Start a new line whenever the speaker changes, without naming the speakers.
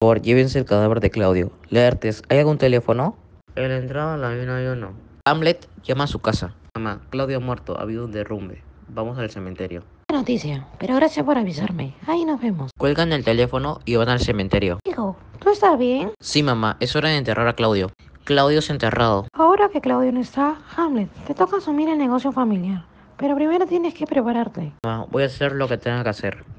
Por favor, llévense el cadáver de Claudio. Laertes, ¿hay algún teléfono?
En la entrada la vino hay uno.
Hamlet llama a su casa.
Mamá, Claudio ha muerto, ha habido un derrumbe. Vamos al cementerio.
Buena noticia, pero gracias por avisarme. Ahí nos vemos.
Cuelgan el teléfono y van al cementerio.
Hijo, ¿tú estás bien?
Sí, mamá, es hora de enterrar a Claudio. Claudio es enterrado.
Ahora que Claudio no está, Hamlet, te toca asumir el negocio familiar. Pero primero tienes que prepararte.
Mamá, voy a hacer lo que tenga que hacer.